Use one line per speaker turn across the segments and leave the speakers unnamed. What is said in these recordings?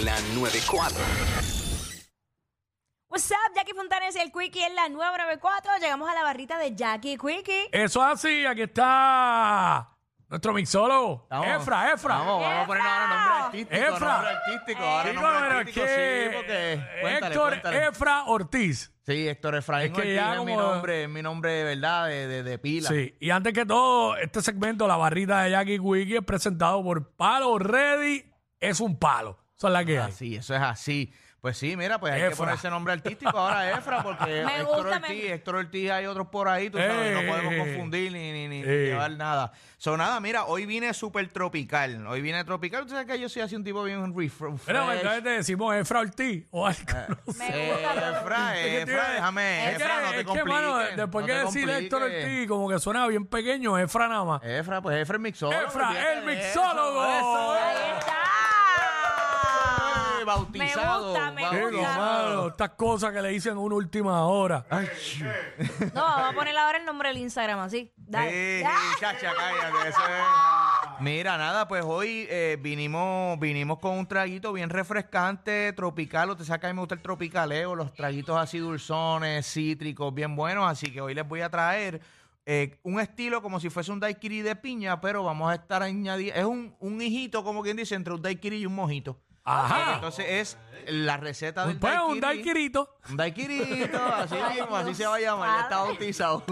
la 94.
What's up, Jackie Fontanes, el Quickie en la 994. Llegamos a la barrita de Jackie Quickie.
Eso es así, aquí está nuestro mixólogo.
Vamos.
Efra, Efra.
Vamos, vamos a ponerle ahora nombre artístico.
Efra.
Nombre artístico, ahora
Chico,
nombre
pero es
artístico,
que
sí, porque... Cuéntale,
Héctor
cuéntale.
Efra Ortiz.
Sí, Héctor Efraín
Es que ya
Ortiz es mi
como-
nombre, es mi nombre de verdad, de, de, de pila.
Sí, y antes que todo, este segmento, la barrita de Jackie Wiki, es presentado por Palo Ready, es un palo. Son las que hay.
Así, eso es así. Pues sí, mira, pues hay que
Efra.
ponerse nombre artístico ahora, Efra, porque
Me
Héctor
gusta, me-
Ortiz, Héctor Ortiz, hay otros por ahí, tú sabes,
Eh,
no podemos
eh,
confundir ni, ni, ni
eh.
llevar nada. So, nada, mira, hoy vine súper tropical, hoy vine tropical, tú sabes que yo soy así un tipo bien refresh.
Pero entonces te decimos Efra Ortiz o algo. no sé.
Me
Eh,
gusta.
Efra,
Es que te-
Efra, déjame,
Es que,
Efra, no te
es que, mano,
compliques.
después
no
que
te
decir Héctor
compliques.
Ortiz, como que suena bien pequeño, Efra nada más.
Efra, pues Efra el mixólogo.
Efra,
olvídate
el
de eso,
mixólogo.
eso es.
Ahí está.
Eh, bautizado,
Me gusta, me
Digo,
bautizado.
gusta.
mano, estas cosas que le dicen a una última hora.
Ay, chu.
No, vamos a ponerle ahora el nombre del Instagram así. Dale.
Ey,
Ah,
chacha, cállate, eso es. Mira, nada, pues hoy eh, vinimos, vinimos con un traguito bien refrescante, tropical, o te saca, a mí me gusta el tropicaleo, los traguitos así dulzones, cítricos, bien buenos, así que hoy les voy a traer eh, un estilo como si fuese un daiquiri de piña, pero vamos a estar añadiendo, es un, un hijito, como quien dice, entre un daiquiri y un mojito.
Ajá.
Entonces es la receta del
Pues un daiquirito.
un daiquirito, así
Ay,
mismo, así
Dios
se va a llamar, ya está
padre.
bautizado.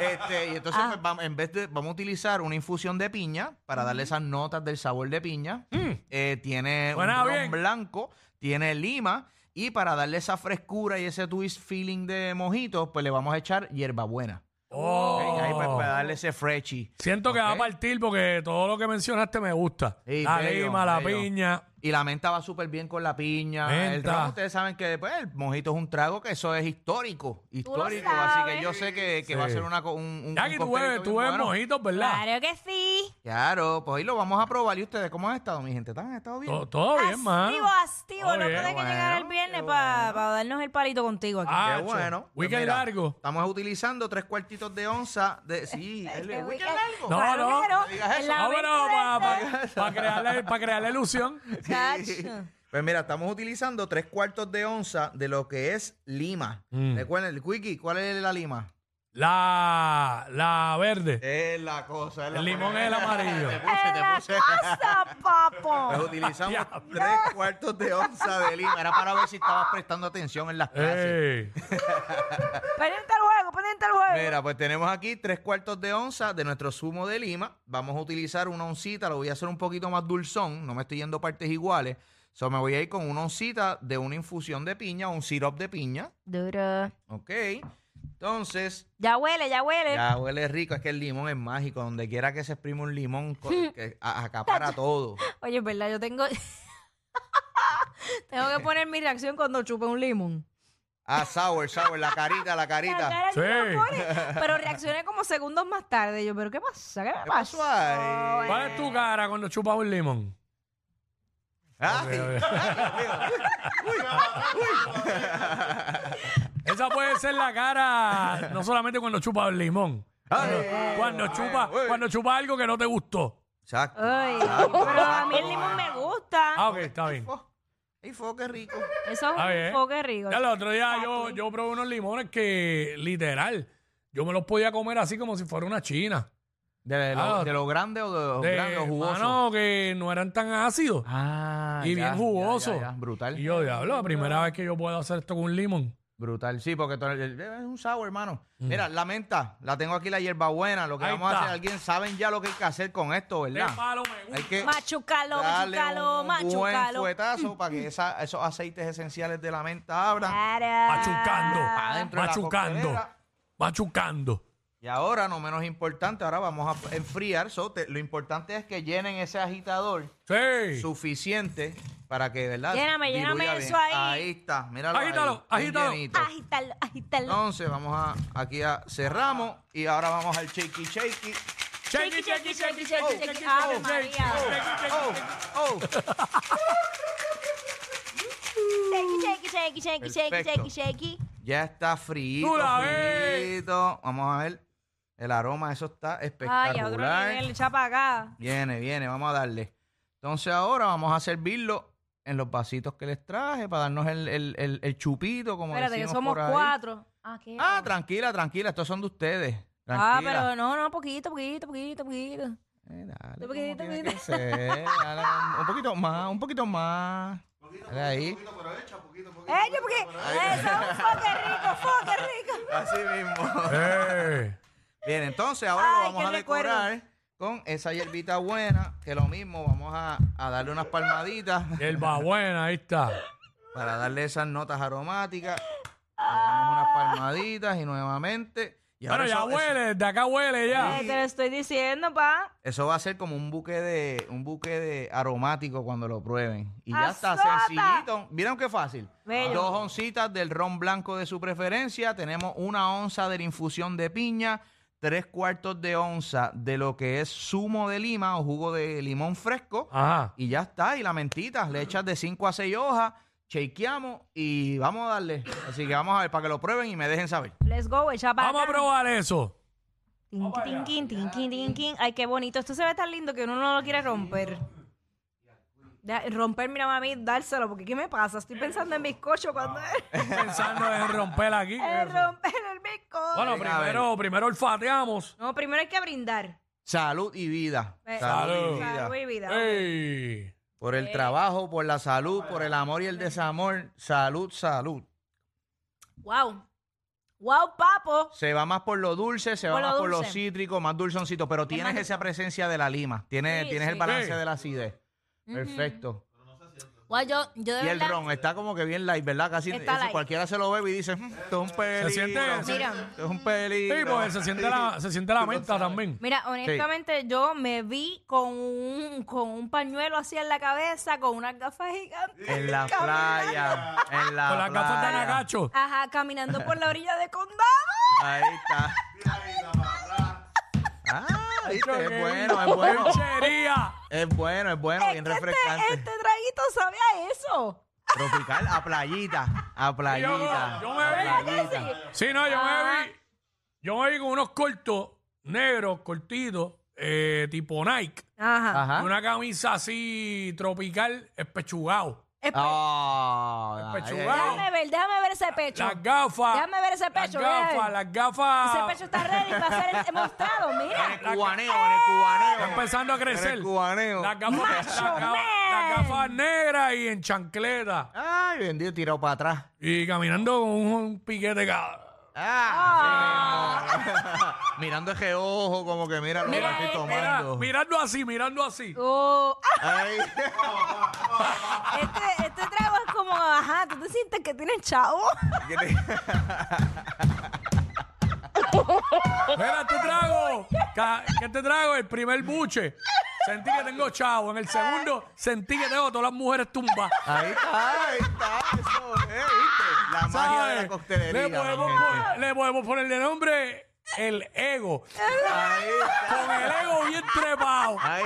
Este, y entonces
Ah.
pues, vamos, en vez de, vamos a utilizar una infusión de piña para darle esas notas del sabor de piña.
Mm.
Eh, tiene
Suena
un ron
bien.
blanco, tiene lima y para darle esa frescura y ese twist feeling de mojito, pues le vamos a echar hierbabuena.
Oh.
Ok, Ahí pues, para darle ese freshy.
Siento que
Ok.
va a partir porque todo lo que mencionaste me gusta.
Sí,
la
bello,
lima, la
bello.
piña.
Y la menta va súper bien con la piña. El
Menta.
ron, ustedes saben que pues, el mojito es un trago que eso es histórico. Histórico. Así que yo sé que,
Sí.
que va a ser una, co- un, un,
Jackie,
un
tú
coctelito
bebes, tú
bien
bebes
bueno.
mojitos, ¿verdad?
Claro que sí.
Claro, pues hoy lo vamos a probar. ¿Y ustedes cómo han estado, mi gente? ¿Están, ¿Han estado bien?
To- Todo bien, man.
Activo, activo.
Todo
no
bien.
puede que
bueno,
llegar el viernes para darnos el palito contigo aquí.
Ah,
Qué bueno. Pues
Weekend
mira,
largo.
Estamos utilizando tres cuartitos de onza. De, sí, el
Este
weekend
weekend-
largo.
No,
Claro
no.
que no.
No digas
En
eso.
la
Ah, bueno,
venta
para,
de-
para, crear la, pa' crear la ilusión.
Chacho.
Pues mira, estamos utilizando tres cuartos de onza de lo que es lima.
Mm.
Recuerden, el quickie, ¿cuál es la lima?
La, la verde.
Es la cosa. Es
El limón es el amarillo.
Te puse, te puse.
Pasa, papo.
Pues utilizamos
Diablo.
tres cuartos de onza de lima. Era para ver si estabas prestando atención
Eh.
en las clases.
Ey.
Pendiente al juego, pendiente al juego.
Mira, pues tenemos aquí tres cuartos de onza de nuestro zumo de lima. Vamos a utilizar una oncita, lo voy a hacer un poquito más dulzón, no me estoy yendo partes iguales. So, me voy a ir con una oncita de una infusión de piña, un sirope de piña.
Duro.
Ok. Entonces,
Ya huele, ya huele.
ya huele rico, es que el limón es mágico. Donde quiera que se exprime un limón, co- que a- acapara todo.
Oye, es verdad, yo tengo. tengo que poner mi reacción cuando chupe un limón.
Ah, sour, sour, la carita, la
La
carita.
cara que
Sí.
me pone. Pero reaccioné como segundos más tarde. Yo, ¿pero qué pasa? ¿Qué me
¿Qué pasó ahí?
¿Cuál es tu cara cuando chupas un limón?
Ay,
Ok,
ay, Dios mío.
Esa puede ser la cara, no solamente cuando chupas un limón.
Ah, Ay.
Cuando chupas
Ay, ay.
cuando chupa algo que no te gustó.
Exacto.
Ay,
exacto,
pero a mí el
exacto.
limón me gusta.
Ah, ok, está bien.
Fo- Ay, fo, qué rico.
Eso es
Ah,
un
bien.
enfoque rico.
Ya el otro día yo,
Exacto.
yo probé unos limones que, literal, yo me los podía comer así como si fuera una china.
¿De lo,
Ah,
de lo grande o de lo
De,
grande o jugoso?
mano, que no eran tan ácidos.
Ah,
y
ya,
bien
ya,
jugoso.
ya, ya, Brutal.
Y yo, diablo, la primera vez que yo puedo hacer esto con un limón.
Brutal. Sí, porque tú- eh, es un sour, hermano. Mira, la menta, la tengo aquí, la hierbabuena. Lo que
Mm. Ahí
vamos
está.
a hacer, alguien saben ya lo que hay que hacer con esto, ¿verdad?
Qué palo me gusta.
Hay que
Machucalo,
darle
machucalo,
un buen
machucalo.
fuetazo para que esa- esos aceites esenciales de la menta abran.
Cara.
Machucando.
adentro de la
machucando.
coctelera.
Machucando.
Y ahora, no menos importante, ahora vamos a enfriar. So, te- lo importante es que llenen ese agitador
Sí.
suficiente para que, ¿verdad?
Lléname,
Diluya
lléname
bien.
eso ahí.
Ahí está, míralo.
Agítalo,
ahí, bien
agítalo.
llenito.
Agítalo, agítalo.
Entonces, vamos a, aquí a, cerramos y ahora vamos al shaky shaky.
Shakey, shakey, shakey, shakey,
Oh,
shakey,
Ave
shakey,
María.
shakey,
Oh,
shakey.
oh.
Shakey, shakey, shakey, shakey, shakey,
Perfecto.
shakey.
Ya está frío.
Tú la ves.
Vamos a ver. El aroma, eso
Ay,
está
a otro
espectacular.
nivel, chapa acá.
Viene, viene, vamos a darle. Entonces ahora vamos a servirlo en los vasitos que les traje para darnos el, el- el- el chupito, como
Espérate, que
decimos
somos
por ahí.
cuatro. Ah, ¿qué?
Ah, tranquila, tranquila, estos son de ustedes.
Ah,
Tranquila.
pero no, no, poquito, poquito, poquito, poquito.
Eh, dale,
Un
como
poquitito,
tiene
poquitito.
que ser, dale, un- un poquito más, un poquito más. Dale ahí.
¡Eh, yo porque! ¡Eso! ¡Foque rico, foque rico!
Así mismo.
Eh,
Bien, entonces ahora
Ay,
lo vamos
qué
a decorar con esa hierbita buena, que lo mismo, vamos a, a darle unas palmaditas
hierba buena, ahí está.
para darle esas notas aromáticas. Le damos unas palmaditas y nuevamente. Y
Bueno,
ahora
ya
eso- eso-
huele, de acá huele ya.
Eh, te lo estoy diciendo, pa.
Eso va a ser como un buque de un buque de aromático cuando lo prueben. Y ya
¡Azota!
está sencillito. Miren qué fácil.
Bello.
Dos oncitas del ron blanco de su preferencia. Tenemos una onza de la infusión de piña. Tres cuartos de onza de lo que es zumo de lima o jugo de limón fresco.
Ajá.
Y ya está. Y la mentita. Le echas de 5 a 6 hojas. Chequeamos y vamos a darle. Así que vamos a ver para que lo prueben y me dejen saber.
Let's go, echa para
Vamos a
acá.
probar eso.
Tinqui, tinquín, tinquín, tinquín. Ay, qué bonito. Esto se ve tan lindo que uno no lo quiere romper. Da- romper, mira, mami, dárselo, porque ¿qué me pasa? Estoy pensando en bizcocho cuando...
Pensando en romper aquí.
en romper el bizcocho.
Bueno,
Venga, a ver.
primero, primero olfateamos.
no, primero hay que brindar.
Salud y vida.
Eh,
Salud.
Salud y vida.
¡Ey!
Por el trabajo, por la salud, por el amor y el desamor. Salud, salud.
Wow. Wow, papo.
Se va más por lo dulce, se
Por
va
lo
más por lo
dulce.
cítrico, más dulzoncito, pero tienes
más-
esa presencia de la lima, tienes,
Sí,
tienes el
sí.
balance
Sí.
de la acidez. Perfecto.
Wow, yo, yo de
Y el
verdad-
ron está como que bien light, ¿verdad? Casi
Está
eso
light.
cualquiera se lo bebe y dice, "Mm, esto es un peligro.
siente-
esto
Mira.
es un peligro.
Sí, porque se siente la, se siente la menta también.
Mira, honestamente, yo me vi con un, con un pañuelo así en la cabeza, con unas gafas gigantes.
En la
caminando.
playa, en la
Con las gafas de
playa.
Nagacho.
Ajá, caminando por la orilla
Ah,
de condado.
Ahí está. Ah, ¿viste? es bueno, es bueno.
¡Lechería!
Es bueno, es bueno, bien
Es que este,
refrescante.
este traguito sabe a eso.
Tropical a playita, a playita.
yo me
a
veo.
playita.
Sí, no, yo
Ah.
me vi. Yo me vi con unos cortos negros, cortitos, eh, tipo Nike.
Ajá.
Y
Ajá.
una camisa así tropical, espechugado.
Ah, ay, ay,
Pechugado.
ay.
Déjame ver, déjame ver ese pecho.
Las gafas.
Déjame ver ese pecho,
Las
déjame
gafas,
ver.
las gafas.
Ese pecho está ready para ser el- mostrado,
En
mira.
el cubaneo, en el cubaneo.
Está empezando a
En
crecer.
el cubaneo.
Las gafas, las,
Macho
ga-
man.
las gafas negras y en chancleta.
Ay, bendito, tirado para atrás.
Y caminando con un, un piquete cada.
Ah, sí mismo. Mirando ese ojo, como que mira lo que
Mira,
estoy
este.
Mira,
tomando.
mirando así, mirando así.
Oh, ah,
Ay.
este, este trago es como, ajá, tú te sientes que tienes chavo.
Mira, este trago. ca- ¿Qué te trago? El primer buche. Sentí que tengo chavo. En el segundo, sentí que tengo todas las mujeres tumbadas.
Ahí está, ahí está. Eso es, ¿viste? La magia de la
¿Sabes?
costelería.
Le podemos,
mi gente.
pon- le podemos ponerle nombre el ego.
Ahí está.
Con el ego bien trepado.
Ahí